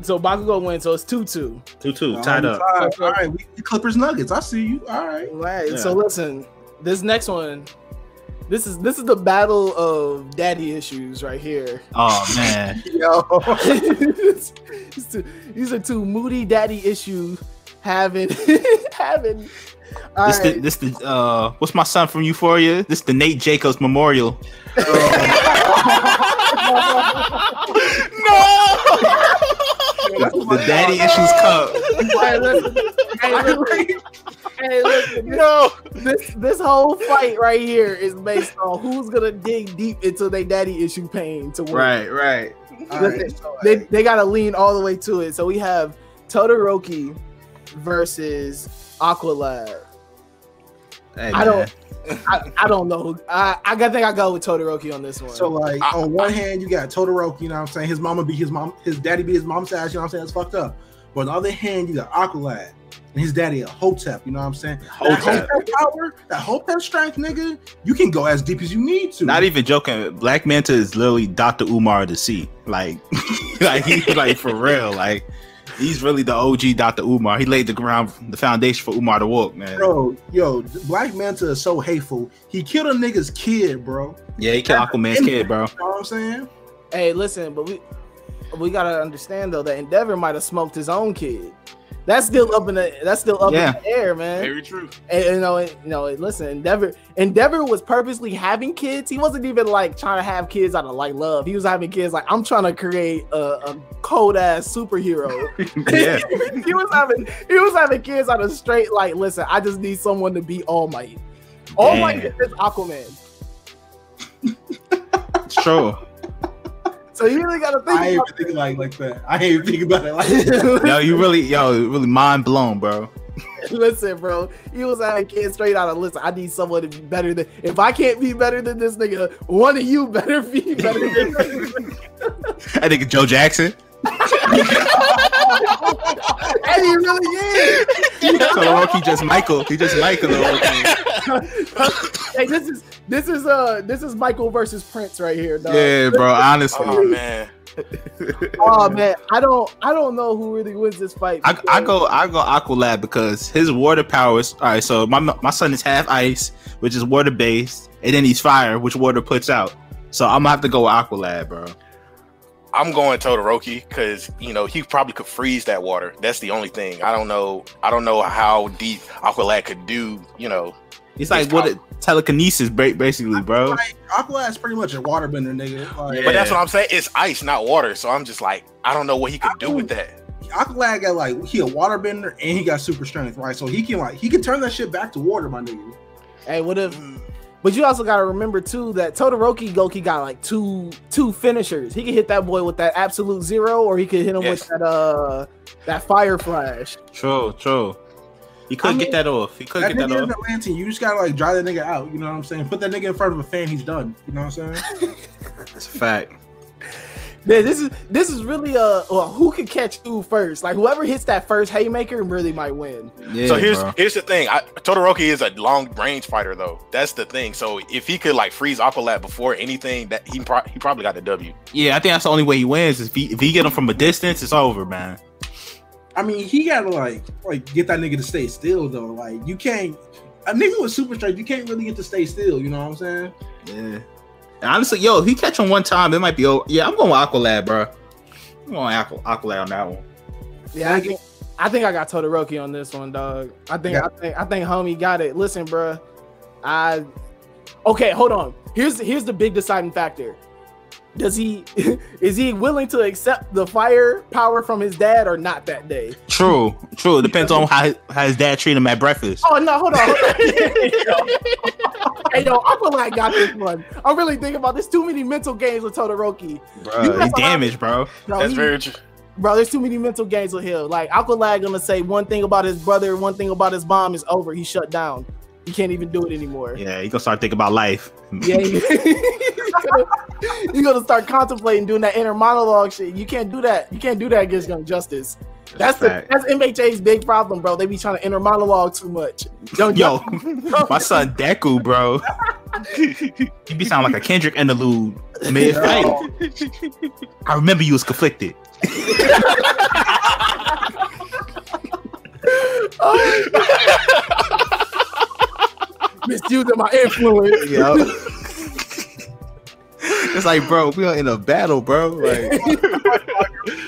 S1: So Bakugo wins. So it's two two.
S3: Two
S1: Um,
S3: two
S2: Nah,
S3: tied
S2: I'm
S3: up.
S2: tied. All right, we Clippers Nuggets. I see you. All right.
S1: All right.
S3: Yeah.
S1: So listen, this next one, this is this is the battle of daddy issues right here.
S3: Oh man,
S2: Yo.
S1: It's- it's two- these are two moody daddy issues having having. All
S3: this the
S1: right.
S3: this the uh what's my son from Euphoria? This the Nate Jacobs Memorial. The Daddy Issues Cup.
S1: Hey, listen. Hey, listen. Hey, listen.
S4: No,
S1: This this whole fight right here is based on who's gonna dig deep into their daddy issue pain to win.
S3: right.
S2: All
S1: Listen,
S2: right. so,
S1: they they gotta lean all the way to it. So we have Todoroki versus Aqualad.
S3: Hey,
S1: I
S3: man.
S1: don't I, I don't know. I I gotta think I go with Todoroki on this one.
S2: So uh, like on one hand you got Todoroki, you know what I'm saying? His mama beat his mom, his daddy beat his mom's ass, you know what I'm saying? That's fucked up. But on the other hand, you got Aqualad and his daddy a Hotep, you know what I'm saying? That
S3: Hotep.
S2: Hotep power, that Hotep strength, nigga, you can go as deep as you need to.
S3: Not even joking. Black Manta is literally Doctor Umar to see. Like, like he's like for real. Like, he's really the OG Doctor Umar. He laid the ground, the foundation for Umar to walk, man.
S2: Bro, yo, Black Manta is so hateful. He killed a nigga's kid, bro.
S3: Yeah, he killed Aquaman's kid, bro.
S2: You know what I'm saying?
S1: hey, listen, but we we gotta understand though that Endeavor might have smoked his own kid. That's still up in the that's still up
S3: Yeah.
S1: in the air, man.
S4: very true.
S1: And, you know, and, you know, and listen, Endeavor, Endeavor was purposely having kids. He wasn't even like trying to have kids out of like love. He was having kids like I'm trying to create a, a cold ass superhero.
S3: Yeah,
S1: he was having he was having kids out of straight like, listen, I just need someone to be All Might. All Might is
S3: Damn.
S1: Aquaman.
S3: it's true.
S1: So you really gotta think
S2: I ain't
S1: about
S2: even thinking like like that. I ain't even thinking about it like that.
S3: Yo, you really, yo, really mind blown, bro.
S1: Listen, bro, he was having kids straight out of listen. I need someone to be better than. If I can't be better than this nigga, one of you better be better than this.
S3: I think Joe Jackson.
S1: and he really
S3: Todoroki just Michael. He just Michael. the whole thing.
S1: is. hey, this is this is uh this is Michael versus Prince right here. Dog.
S3: Yeah, bro. Honestly,
S4: Oh man,
S1: Oh man, I don't I don't know who really wins this fight.
S3: I, I go I go Aqualad because his water powers. All right, so my my son is half ice, which is water based, and then he's fire, which water puts out. So I'm gonna have to go with Aqualad, bro.
S4: I'm going Todoroki because you know he probably could freeze that water. That's the only thing. I don't know. I don't know how deep Aqualad could do. You know,
S3: It's like what it, telekinesis, ba- basically, bro.
S2: Like, Aqualad's pretty much a waterbender, nigga. Like,
S4: but that's
S3: Yeah.
S4: what I'm saying. It's ice, not water. So I'm just like, I don't know what he could do with that.
S2: Aqualad got like he a waterbender and he got super strength, right? So he can like he can turn that shit back to water, my nigga.
S1: Hey, what if?
S4: Mm.
S1: But you also gotta remember too that Todoroki Goki got like two two finishers. He could hit that boy with that absolute zero, or he could hit him with
S4: Yes.
S1: that uh that fire flash.
S3: True, true. He could
S2: I
S3: not
S2: mean,
S3: get that off. He could
S2: That
S3: get that
S2: nigga
S3: off.
S2: is Atlantean. You just gotta like dry that nigga out. You know what I'm saying? Put that nigga in front of a fan. He's done. You know what I'm saying?
S3: That's a fact.
S1: Man, this is this is really uh well, who could catch who first? Like whoever hits that first haymaker really might win.
S3: Yeah,
S4: so here's
S3: bro.
S4: here's the thing. I, Todoroki is a long range fighter, though. That's the thing. So if he could like freeze Aqualad before anything, that he pro- he probably got the W.
S3: yeah. I think that's the only way he wins is if he, if he get him from a distance, it's over, man.
S2: I mean, he gotta like like get that nigga to stay still though. Like you can't a nigga with super strength, you can't really get to stay still. You know what I'm saying?
S3: Yeah. And honestly, yo, if he catch him one time, it might be over. Yeah, I'm going with Aqualad, bro. I'm going Aqu- Aqualad on that one.
S1: Yeah, I think I think I got Todoroki on this one, dog. I think I think I think homie got it. Listen, bruh. I okay, hold on. Here's here's the big deciding factor. does he is he willing to accept the firepower from his dad or not that day?
S3: True, true. It depends on how his, how his dad treat him at breakfast.
S1: Oh no, hold on. Hold on. hey yo, I feel like I got this one. I'm really thinking about this. Too many mental games with Todoroki.
S3: Bro,
S1: that's
S3: he's
S1: a lot.
S3: damaged, bro.
S1: Bro,
S4: That's
S1: he-
S4: very true.
S1: bro, there's too many mental games with him. Like Aqualad gonna say one thing about his brother, one thing about his mom is over. He shut down. He can't even do it anymore.
S3: Yeah, he gonna start thinking about life.
S1: Yeah, you- you're gonna start contemplating doing that inner monologue shit. You can't do that. You can't do that against Young Justice. That's the,
S3: Fact.
S1: that's MHA's big problem, bro. They be trying to inner monologue too much. Young
S3: Yo, my son Deku, bro. he be sounding like a Kendrick interlude mid fight. I remember you was conflicted.
S1: Justice misusing my influence.
S3: Yo. it's like, bro, we are in a battle, bro. Like,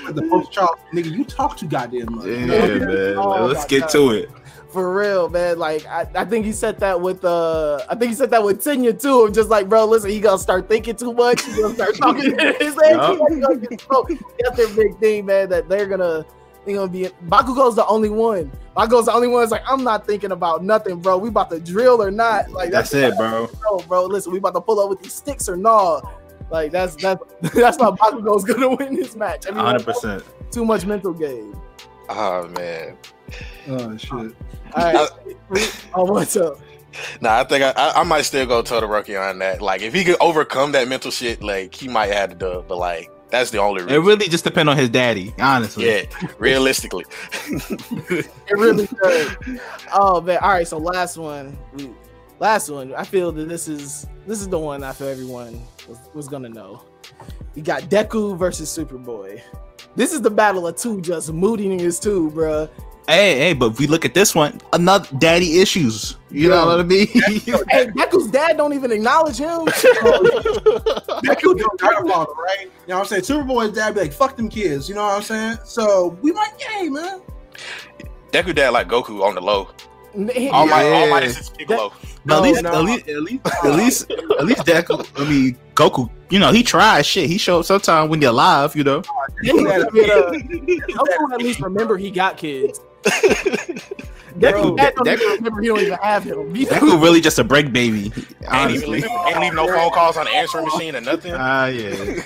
S2: Like the post child nigga, you talk too goddamn much.
S3: yeah,
S2: You know?
S3: man.
S1: Oh,
S3: Like, let's
S1: my
S3: get
S1: God.
S3: to it.
S1: For real, man. Like I, I think he said that with uh I think he said that with Tenya too. Just like, bro, listen, he gonna start thinking too much. He gonna start talking his head too much. He gonna get smoked. That's their big thing, man. That they're gonna they're gonna be Bakugo's the only one. Bakugo's the only one that's like, I'm not thinking about nothing, bro. We about to drill or not. Like
S3: That's it, bro.
S1: bro, bro. Listen, we about to pull up with these sticks or nah. Like that's that's that's not Bakugo's gonna win this match. I mean, like,
S3: 100%.
S1: too much mental game.
S4: Oh man.
S2: Oh shit.
S1: All right. oh, what's up?
S4: Nah, I think I, I, I might still go Todoroki on that. Like if he could overcome that mental shit, like he might have the dub, but like that's the only
S3: It
S4: reason.
S3: really just depends on his daddy, honestly.
S4: Yeah, realistically.
S1: It really does. Oh man! All right, so last one, We- last one. I feel that this is this is the one I feel everyone was, was gonna know. You got Deku versus Superboy. This is the battle of two just moody niggas too, bruh.
S3: Hey, hey, but if we look at this one, another daddy issues. You know what I mean?
S1: Hey, Deku's dad don't even acknowledge him. Oh,
S2: That could be a grandfather, right? You know what I'm saying? Superboy's dad be like, fuck them kids, you know what I'm saying? So we like, hey man.
S4: Deku dad like Goku on the low.
S1: He-
S4: All my
S3: Yeah.
S4: all my is Piccolo.
S3: But at
S1: No,
S3: least,
S2: no.
S3: at least, at least, at least, at least Deku. I mean, Goku. You know, he tries shit. He showed sometime when you're alive. You know,
S1: Deku had a bit of- Goku at least remember he got kids. Deku,
S3: Bro,
S1: dad don't
S3: Deku-
S1: even remember he don't even have him. He-
S3: Deku really just a break baby.
S4: Ain't even
S3: Honestly.
S4: leave, ain't leave no phone calls on the answering machine or nothing.
S3: Ah, yeah.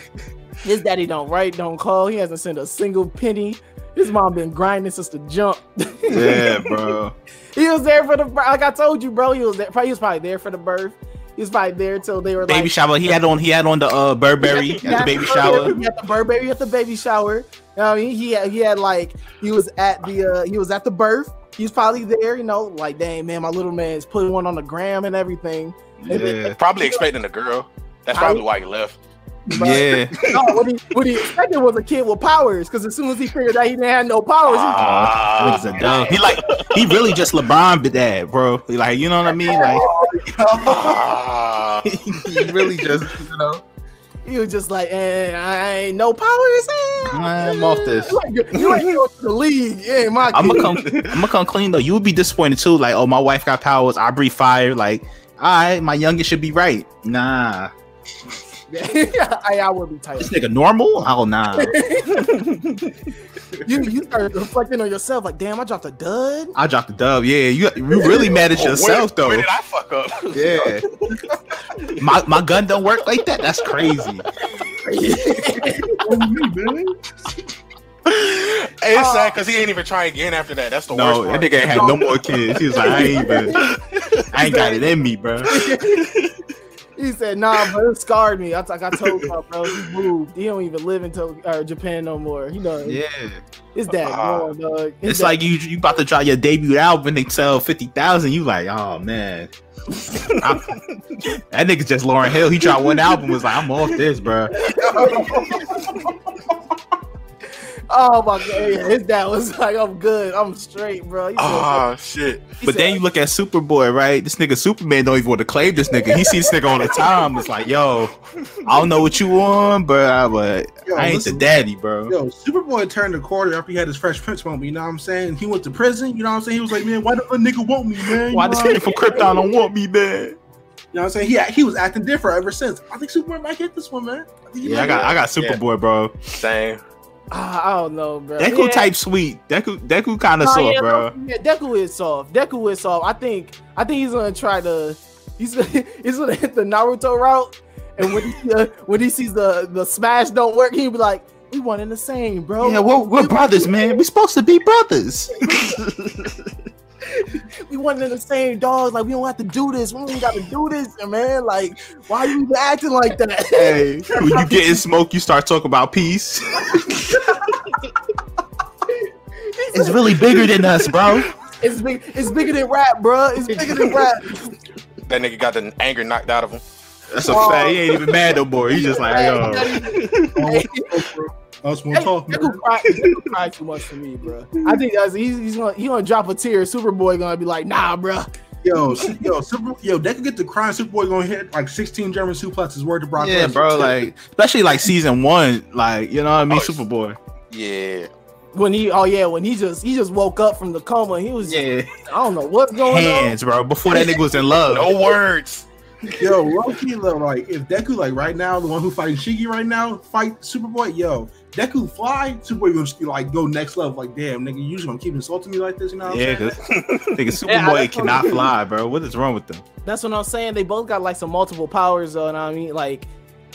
S1: His daddy don't write, don't call. He hasn't sent a single penny. His mom been grinding since the jump.
S3: Yeah, bro.
S1: He was there for the like I told you, bro. He was there. He was probably there for the birth. He was probably there till they were
S3: Baby
S1: like
S3: shower. He had on. He had on the uh, Burberry at the baby shower.
S1: He had the birth baby at the baby shower. You know what I mean, he had, he had like he was at the uh, he was at the birth. He was probably there, you know, like dang man, my little man's putting one on the gram and everything.
S3: Yeah,
S4: Probably expecting a girl. That's probably why he left.
S1: Bro,
S3: yeah.
S1: no, what he what he expected was a kid with powers. Because as soon as he figured out he didn't have no powers, Oh, he was
S3: That
S4: Ah,
S3: nigga's a dog. He like he really just LeBron be dad, bro. He Like you know what I mean? Like Oh,
S4: ah.
S3: he really just you know.
S1: He was just like, eh, I ain't no powers. eh,
S3: I'm off this.
S1: Like, you ain't going to the league. Yeah, my
S3: I'm
S1: kid.
S3: gonna come. I'm gonna come clean though. You would be disappointed too. Like, oh, my wife got powers. I breathe fire. Like, all right, my youngest should be right. Nah,
S1: I, I would be tight.
S3: this nigga normal. Oh nah,
S1: You you start reflecting on yourself, like, damn, I dropped a dud.
S3: I dropped the dub. Yeah, you you really mad at
S4: Oh, where-
S3: yourself
S4: Where
S3: though.
S4: did I fuck up?
S3: Yeah, my my gun don't work like that. That's crazy.
S4: Hey, it's sad because he ain't even try again after that. That's the
S3: No,
S4: worst
S3: that
S4: part.
S3: nigga ain't had no more kids. He was like, I ain't even. I ain't got it in me, bro.
S1: He said, nah, but it scarred me. I, like I told you, bro, he moved. He don't even live in to- or Japan no more. He know
S3: Yeah,
S1: his dad
S4: Ah.
S1: gone, dog. His
S3: it's
S1: dad-
S3: like you you about to drop your debut album and they sell fifty thousand. You like, oh man. I'm- that nigga's just Lauren Hill. He dropped one album, was like, I'm off this, bro.
S1: oh my god, yeah, his dad was like, I'm good, I'm straight, bro. He said-
S3: Ah.
S4: Oh shit!
S1: he
S3: But
S1: said,
S3: then you look at Superboy, right? This nigga Superman don't even want to claim this nigga. He sees this nigga all the time. It's like, yo, I don't know what you on, but I, but
S2: Yo,
S3: I ain't
S2: listen.
S3: the daddy, bro.
S2: Yo, Superboy turned the quarter after he had his Fresh Prince moment. You know what I'm saying? He went to prison. You know what I'm saying? He was like, man, why the fuck nigga want me, man?
S3: Why
S2: You
S3: this
S2: know?
S3: nigga from Krypton don't want me, man?
S2: know what I'm saying? He he was acting different ever since. I think Superman might get this one, man. I think he
S3: Yeah,
S2: might
S3: I got
S2: get
S3: I got
S4: Yeah.
S3: Superboy, bro.
S4: Same.
S1: Ah, I don't know, bro.
S3: Deku
S1: Yeah.
S3: type sweet. Deku Deku kind of
S1: Oh,
S3: soft,
S1: yeah,
S3: bro.
S1: no, yeah, Deku is soft. Deku is soft. I think. I think he's gonna try to. He's gonna, he's gonna hit the Naruto route, and when he, uh, when he sees the the smash don't work, he'll be like, "We one in the same, bro.
S3: Yeah, we're, we're brothers, man. We're supposed to be brothers.
S1: we one in the same, dog. Like we don't have to do this. We don't got to do this, and man. Like why you even acting like that?
S3: hey, when you get in smoke, you start talking about peace. it's really bigger than us, bro.
S1: it's big. It's bigger than rap, bro. It's bigger than rap.
S4: That nigga got the anger knocked out of him.
S3: That's a
S1: Oh.
S3: fact. He ain't even mad no more. He's just like, yo.
S2: I was
S1: Hey,
S2: more talk, man.
S1: Deku cry, Deku cry too much for me, bro. I think that's, he's, he's gonna he gonna drop a tear. Superboy gonna be like, nah, bro.
S2: Yo, s- yo, Super, yo, Deku get the crime. Superboy gonna hit like 16 German suplexes. Word to Brock.
S3: Yeah,
S2: Lesnar.
S3: bro. Like, especially like season one, like you know what I mean,
S4: Oh,
S3: Superboy.
S4: Yeah.
S1: When he oh yeah, when he just he just woke up from the coma, he was
S3: Yeah,
S1: I don't know what's going
S3: hands, bro. Before that nigga was in love.
S4: No words.
S2: yo, Loki, though, like if Deku, like right now, the one who fighting Shiggy right now, fight Superboy, yo, Deku fly, Superboy gonna just, like go next level. Like, damn, nigga, you just gonna keep insulting me like this, you know? What I'm
S3: Yeah,
S2: saying?
S3: cause nigga,
S1: Yeah, I
S3: Superboy
S1: just wanna
S3: cannot
S1: do-
S3: fly, bro. What is wrong with them?
S1: on. That's what I'm saying. They both got like some multiple powers though, and I mean like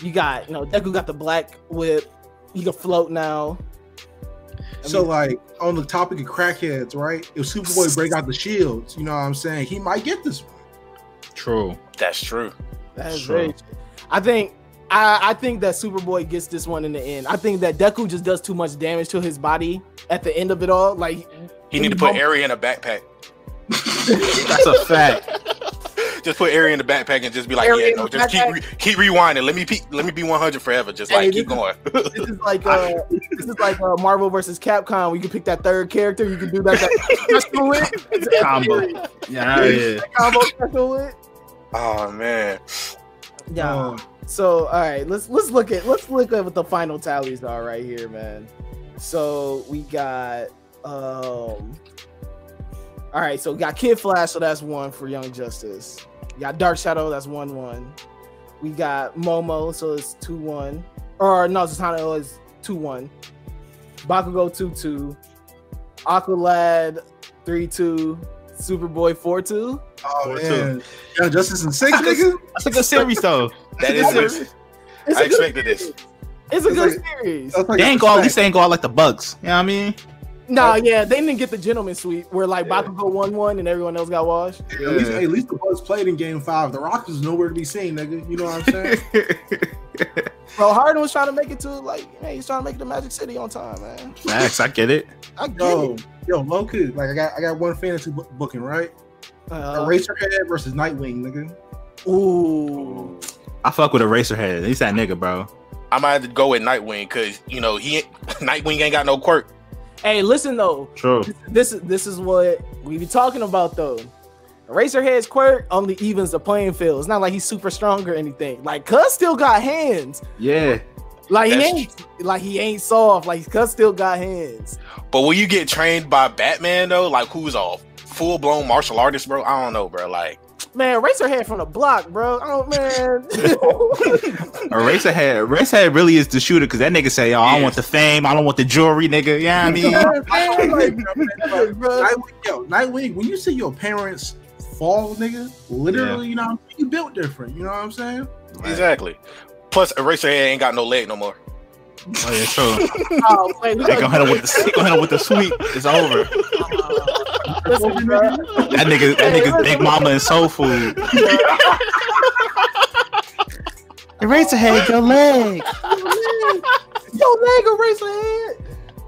S1: you got you know Deku got the black whip, he can float now. I
S2: So
S1: mean,
S2: like on the topic of crackheads, right? If Superboy break out the shields, you know what I'm saying? He might get this one.
S3: True.
S4: That's true.
S1: that's
S3: sure.
S1: very true. I think I, I think that Superboy gets this one in the end. I think that Deku just does too much damage to his body at the end of it all. Like
S4: He need to put Ari in a backpack.
S3: That's a fact.
S4: Just put Ari in the backpack and just be like,
S1: Ari
S4: yeah,
S1: in
S4: no,
S1: the
S4: just keep
S1: backpack.
S4: re- keep rewinding. Let me pe- let me be 100 forever. Just
S1: Hey,
S4: like
S1: this
S4: keep going.
S1: this is like uh, this is like uh, Marvel versus Capcom. where You can pick that third character. You can do that, that special with It's an
S3: Combo. Yeah, yeah.
S1: combo special with.
S4: Oh man.
S1: Yeah.
S2: Oh,
S1: so all right, let's let's look at let's look at what the final tallies are right here, man. So we got um. All right, so we got Kid Flash, so that's one for Young Justice. We got Dark Shadow, that's one one. We got Momo, so it's two one. Or no, Zatanna is two one. Bakugo two two. Aqualad three two. Superboy four two.
S2: oh
S3: Four,
S2: man, Young Justice and six, nigga.
S3: That's a good series though.
S4: That is this.
S1: It's
S4: I
S1: a good,
S4: expected this.
S1: it's a
S2: it's
S1: good series.
S2: That's like
S3: They
S2: a
S3: ain't go. At
S2: respect.
S3: least they ain't go out like the bugs. You know what I mean?
S1: No, yeah, they didn't get the gentleman suite where like
S3: Yeah.
S1: Bakugo won one and everyone else got washed.
S2: At least, hey, at least the Bucks played in Game Five. The Rock was nowhere to be seen, nigga. You know what I'm saying?
S1: Bro, Harden was trying to make it to like, man, he's trying to make it to Magic City on time, man.
S3: Facts. I get it.
S1: I get
S2: yo,
S1: it.
S2: yo, low key. Like I got, I got one fantasy book- booking right.
S1: Uh,
S2: Eraserhead versus Nightwing, nigga.
S1: ooh,
S3: I fuck with Eraserhead. He's that nigga, bro.
S4: I might have to go with Nightwing because you know he ain't- Nightwing ain't got no quirk.
S1: hey, listen though,
S3: True.
S1: this is this is what we be talking about though. Eraserhead's quirk only evens the playing field. It's not like he's super strong or anything. Like, Cuz still got hands.
S3: Yeah.
S1: Like he
S4: That's-
S1: ain't, like he ain't soft. Like Cuz still got hands.
S4: But when you get trained by Batman though, like who's a full blown martial artist, bro? I don't know, bro. Like
S1: Man, Eraserhead from the block, bro. Oh man.
S3: Eraserhead. Eraserhead really is the shooter because that nigga say, "Yo, I
S4: Yeah.
S3: don't want the fame. I don't want the jewelry, nigga." Yeah, you know what
S1: Man, like, uh,
S2: Nightwing,
S1: bro.
S2: yo, Nightwing. When you see your parents fall, nigga, literally, you know, what I'm saying? you built different. You know what I'm saying?
S3: I mean?
S4: exactly. Plus, Eraserhead ain't got no leg no more.
S3: Oh yeah, true.
S1: Oh, wait, we
S3: They gonna
S1: gotta-
S3: hit him with the. They gonna hit him with the sweep. It's over.
S1: Listen, bro.
S3: That nigga. That nigga. Big Mama and Soul Food. Eraserhead, your leg.
S1: Yo, leg eraser head.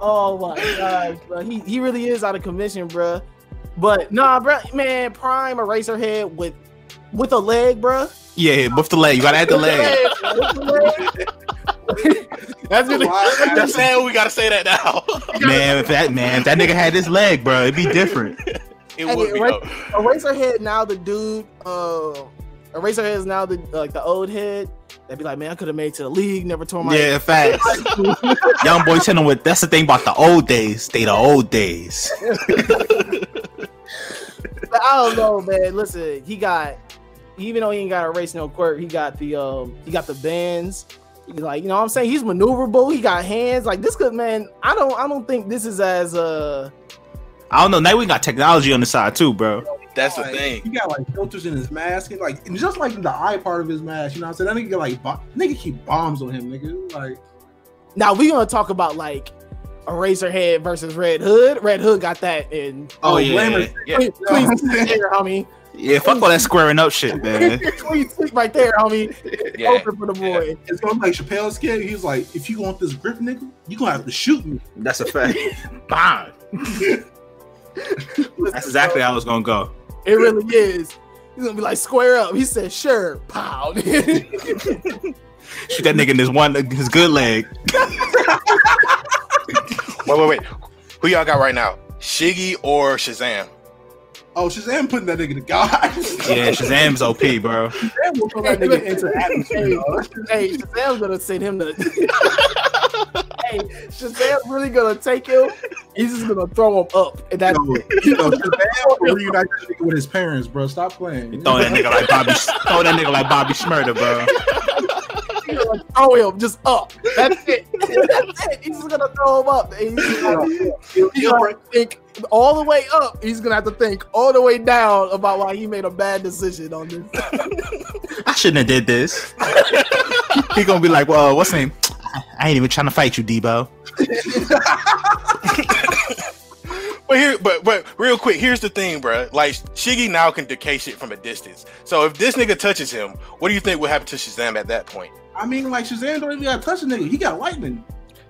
S1: Oh my god, bro. He he really is out of commission, bruh. But nah, bruh, man, prime eraser head with with a leg, bruh.
S3: Yeah, with the leg. You gotta add the leg.
S1: That's really
S4: That's sad. We gotta say that now.
S3: Man, if that man, if that nigga had his leg, bro, it'd be different.
S4: it
S1: Hey,
S4: would be
S1: Eraser-
S4: though.
S1: Eraserhead now the dude. Uh, Eraserhead is now the like the old head. They'd be like, man, I could have made it to the league, never tore Oh my.
S3: Yeah, facts. Young boy hit him with. That's the thing about the old days. They the old days.
S1: But I don't know, man. Listen, he got even though he ain't got a race no quirk, he got the um he got the bands. He's like, you know what I'm saying? He's maneuverable, he got hands. Like this could man, I don't I don't think this is as uh
S3: I don't know. Now we got technology on the side too, bro.
S4: That's the
S2: like,
S4: thing.
S2: He got like filters in his mask, and like and just like in the eye part of his mask. You know what I'm saying? That nigga got, like bo- nigga keep bombs on him, nigga. Like
S1: now we gonna talk about like Eraserhead versus Red Hood. Red Hood got that in
S3: Oh, yeah.
S2: Glamour-
S4: Yeah.
S1: clean, clean sweep there, homie.
S3: Yeah, fuck all that squaring up shit, man.
S1: clean sweep right there, homie.
S4: Yeah.
S1: Open for the boy.
S2: It's gonna be like Chappelle's kid. He was like, if you want this grip, nigga, you gonna have to shoot me.
S3: That's a fact. Bang. That's exactly how it's gonna go.
S1: It really is. He's gonna be like, square up. He said, sure, pow.
S3: Shoot that nigga in his one his good leg.
S4: Wait, wait, wait. Who y'all got right now? Shiggy or Shazam?
S2: Oh, Shazam putting that nigga to God.
S3: Yeah, Shazam's OP, bro.
S2: Shazam will throw that nigga into the atmosphere. dog.
S1: hey, Shazam's gonna send him to. hey, Shazam's really gonna take him. He's just gonna throw him up, and that
S2: Yo, yo, Shazam will reunite that nigga with his parents, bro. Stop playing.
S3: Throw that nigga like Bobby throw that nigga like Bobby Schmurda, bro.
S1: he's gonna throw him just up. That's it. That's it. He's just gonna throw him up. And he's just gonna,
S2: He'll-
S1: he's
S2: he'll
S1: gonna
S2: break-
S1: have to think all the way up. He's gonna have to think all the way down about why he made a bad decision on this.
S3: I shouldn't have did this. he gonna be like, well, what's his name? I ain't even trying to fight you, Debo.
S4: But here, but but real quick, here's the thing, bruh. Like Shiggy now can decay shit from a distance. So if this nigga touches him, what do you think would happen to Shazam at that point?
S2: I mean, like Shazam don't even gotta touch a nigga. He got lightning.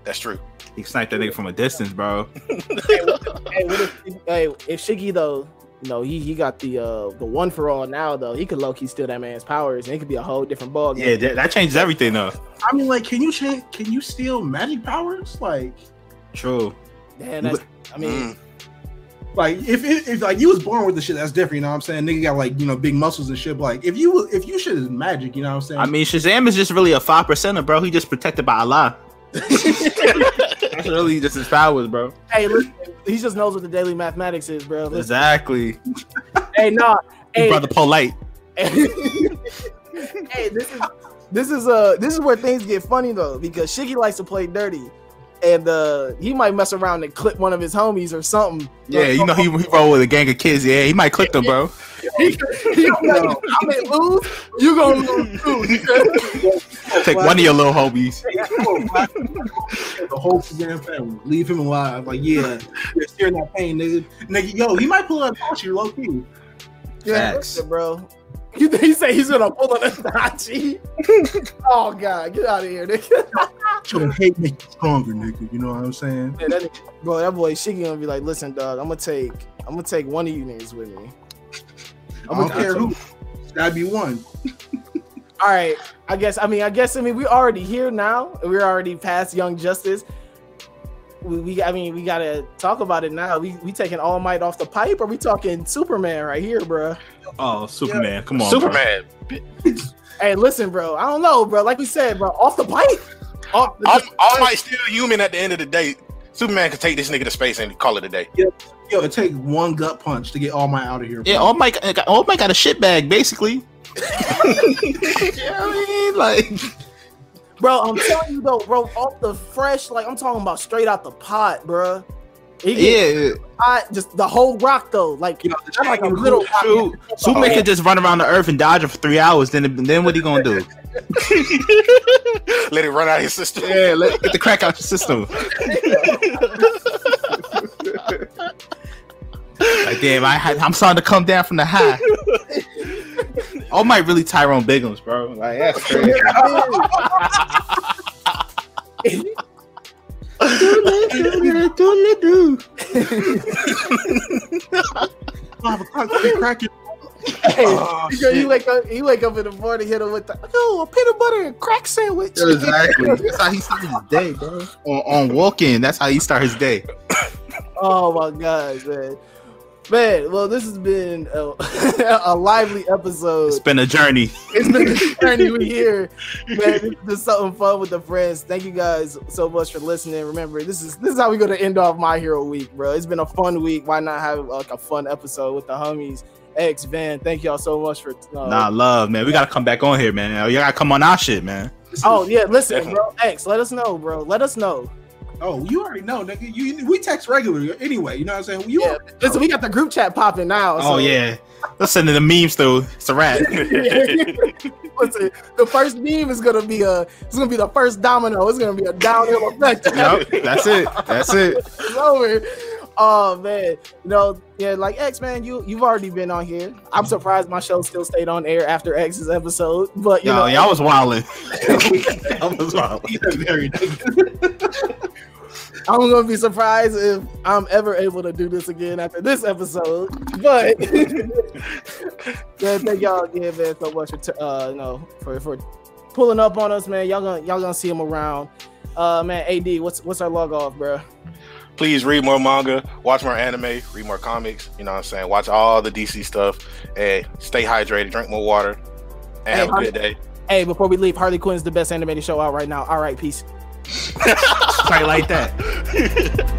S4: That's true.
S3: He sniped that nigga from a distance, bro.
S1: hey, what if, hey, if Shiggy though, you know, he, he got the uh the one for all now though. He could low key steal that man's powers, and it could be a whole different ball game.
S3: Yeah, that, that changes everything though.
S2: I mean, like, can you change? Can you steal magic powers? Like,
S3: True.
S1: Damn, that's, I mean,
S4: Mm.
S2: like if if, if like you was born with the shit, that's different. You know what I'm saying? Nigga got like you know big muscles and shit. But, like if you was- if you shit is magic, you know what I'm saying?
S3: I mean, Shazam is just really a five percenter, bro. He just protected by Allah. That's really just his powers, bro.
S1: hey, listen, he just knows what the daily mathematics is, bro. Listen,
S3: Exactly.
S1: hey, nah, hey,
S3: Brother Polite.
S1: hey, this is this is uh this is where things get funny though because Shiggy likes to play dirty, and uh he might mess around and clip one of his homies or something.
S3: Yeah, you know he, he roll with a gang of kids. Yeah, he might click them, bro.
S1: he, he gonna be like, I may lose, you gonna lose too.
S3: Take one of your little homies.
S2: the whole Shazam family, leave him alive. Like, yeah, you're steering that pain, nigga. Nigga, yo, he might pull up Tachi low key.
S1: Yeah,
S3: Facts.
S1: listen, bro. You think he say he's gonna pull an Itachi? oh god, get out of here, nigga.
S2: Should hate make you stronger, nigga. You know what I'm saying?
S1: Man, that nigga- bro, that boy Shiggy gonna be like, listen, dog, I'm gonna take, I'm gonna take one of you niggas with me.
S2: I don't care who. That'd be one.
S1: All right, I guess. I mean, I guess. I mean, we already here now. We're already past Young Justice. We, we I mean, we gotta talk about it now. We, we taking All Might off the pipe, or we talking Superman right here, bro?
S3: Oh, Superman! Come on,
S4: Superman
S1: Hey, listen, bro. I don't know, bro. Like we said, bro, off the pipe. Off the
S4: All, all Might still human at the end of the day. Superman could take this nigga to space and call it a day.
S2: Yo, it take one gut punch to get all my out of here.
S3: Bro. Yeah,
S2: bro.
S3: all my all my got a shit bag basically. you know what I mean? Like,
S1: Bro, I'm telling you though, bro, off the fresh, like I'm talking about straight out the pot, bro. It get
S3: yeah,
S1: hot, just the whole rock though, like
S2: Yo, the
S1: I'm like a
S2: Shaggy
S1: little
S2: Goose-
S3: true. Superman could just run around the earth and dodge it for three hours. Then, then what he gonna do?
S4: Let it run out of his system.
S3: Yeah, let, get the crack out your system. like, damn, I, had- I'm starting to come down from the high. All my really Tyrone Biggums, bro. Like, that's crazy.
S2: five o'clock, they crack it.
S1: hey,
S4: Oh,
S1: you, know, you
S4: shit.
S1: wake up you wake up in the morning, hit him with the yo, a peanut butter and crack sandwich.
S3: Exactly. That's how he started his day, bro. On, on walk in, that's how he start his day.
S1: Oh my gosh, man. Man, well, this has been a, a lively episode.
S3: It's been a journey.
S1: It's been the journey we here, man. This is something fun with the friends. Thank you guys so much for listening. Remember, this is this is how we're gonna end off my hero week, bro. It's been a fun week. Why not have like a fun episode with the homies? X Van. Thank y'all so much for. Uh,
S3: Nah, love, man. We gotta come back on here, man. You gotta come on our shit, man.
S1: Oh yeah, listen, bro. X, let us know, bro. Let us know.
S2: Oh, you already know, nigga. You we text regularly anyway. You know what I'm saying? You
S1: Yeah. Listen, we got the group chat popping now.
S3: Oh
S1: so-
S3: yeah. Let's send in the memes through. It's a wrap.
S1: Listen, the first meme is gonna be a. It's gonna be the first domino. It's gonna be a downhill effect.
S3: Yup, that's it. That's it.
S1: It's over. Oh man, you know, yeah, like X man, you you've already been on here. I'm surprised my show still stayed on air after X's episode, but you
S3: Yo,
S1: know,
S3: y'all was wilding. y'all was wilding.
S1: I'm gonna be surprised if I'm ever able to do this again after this episode. But yeah, thank y'all again, man, so much for t- uh, you know for for pulling up on us, man. Y'all gonna y'all gonna see him around. Uh, man, AD, what's what's our log off, bro?
S4: please read more manga, watch more anime, read more comics. You know what I'm saying? Watch all the DC stuff and stay hydrated, drink more water, and have a good day.
S1: Hey, before we leave, Harley Quinn's the best animated show out right now. All right, peace.
S3: Straight like that.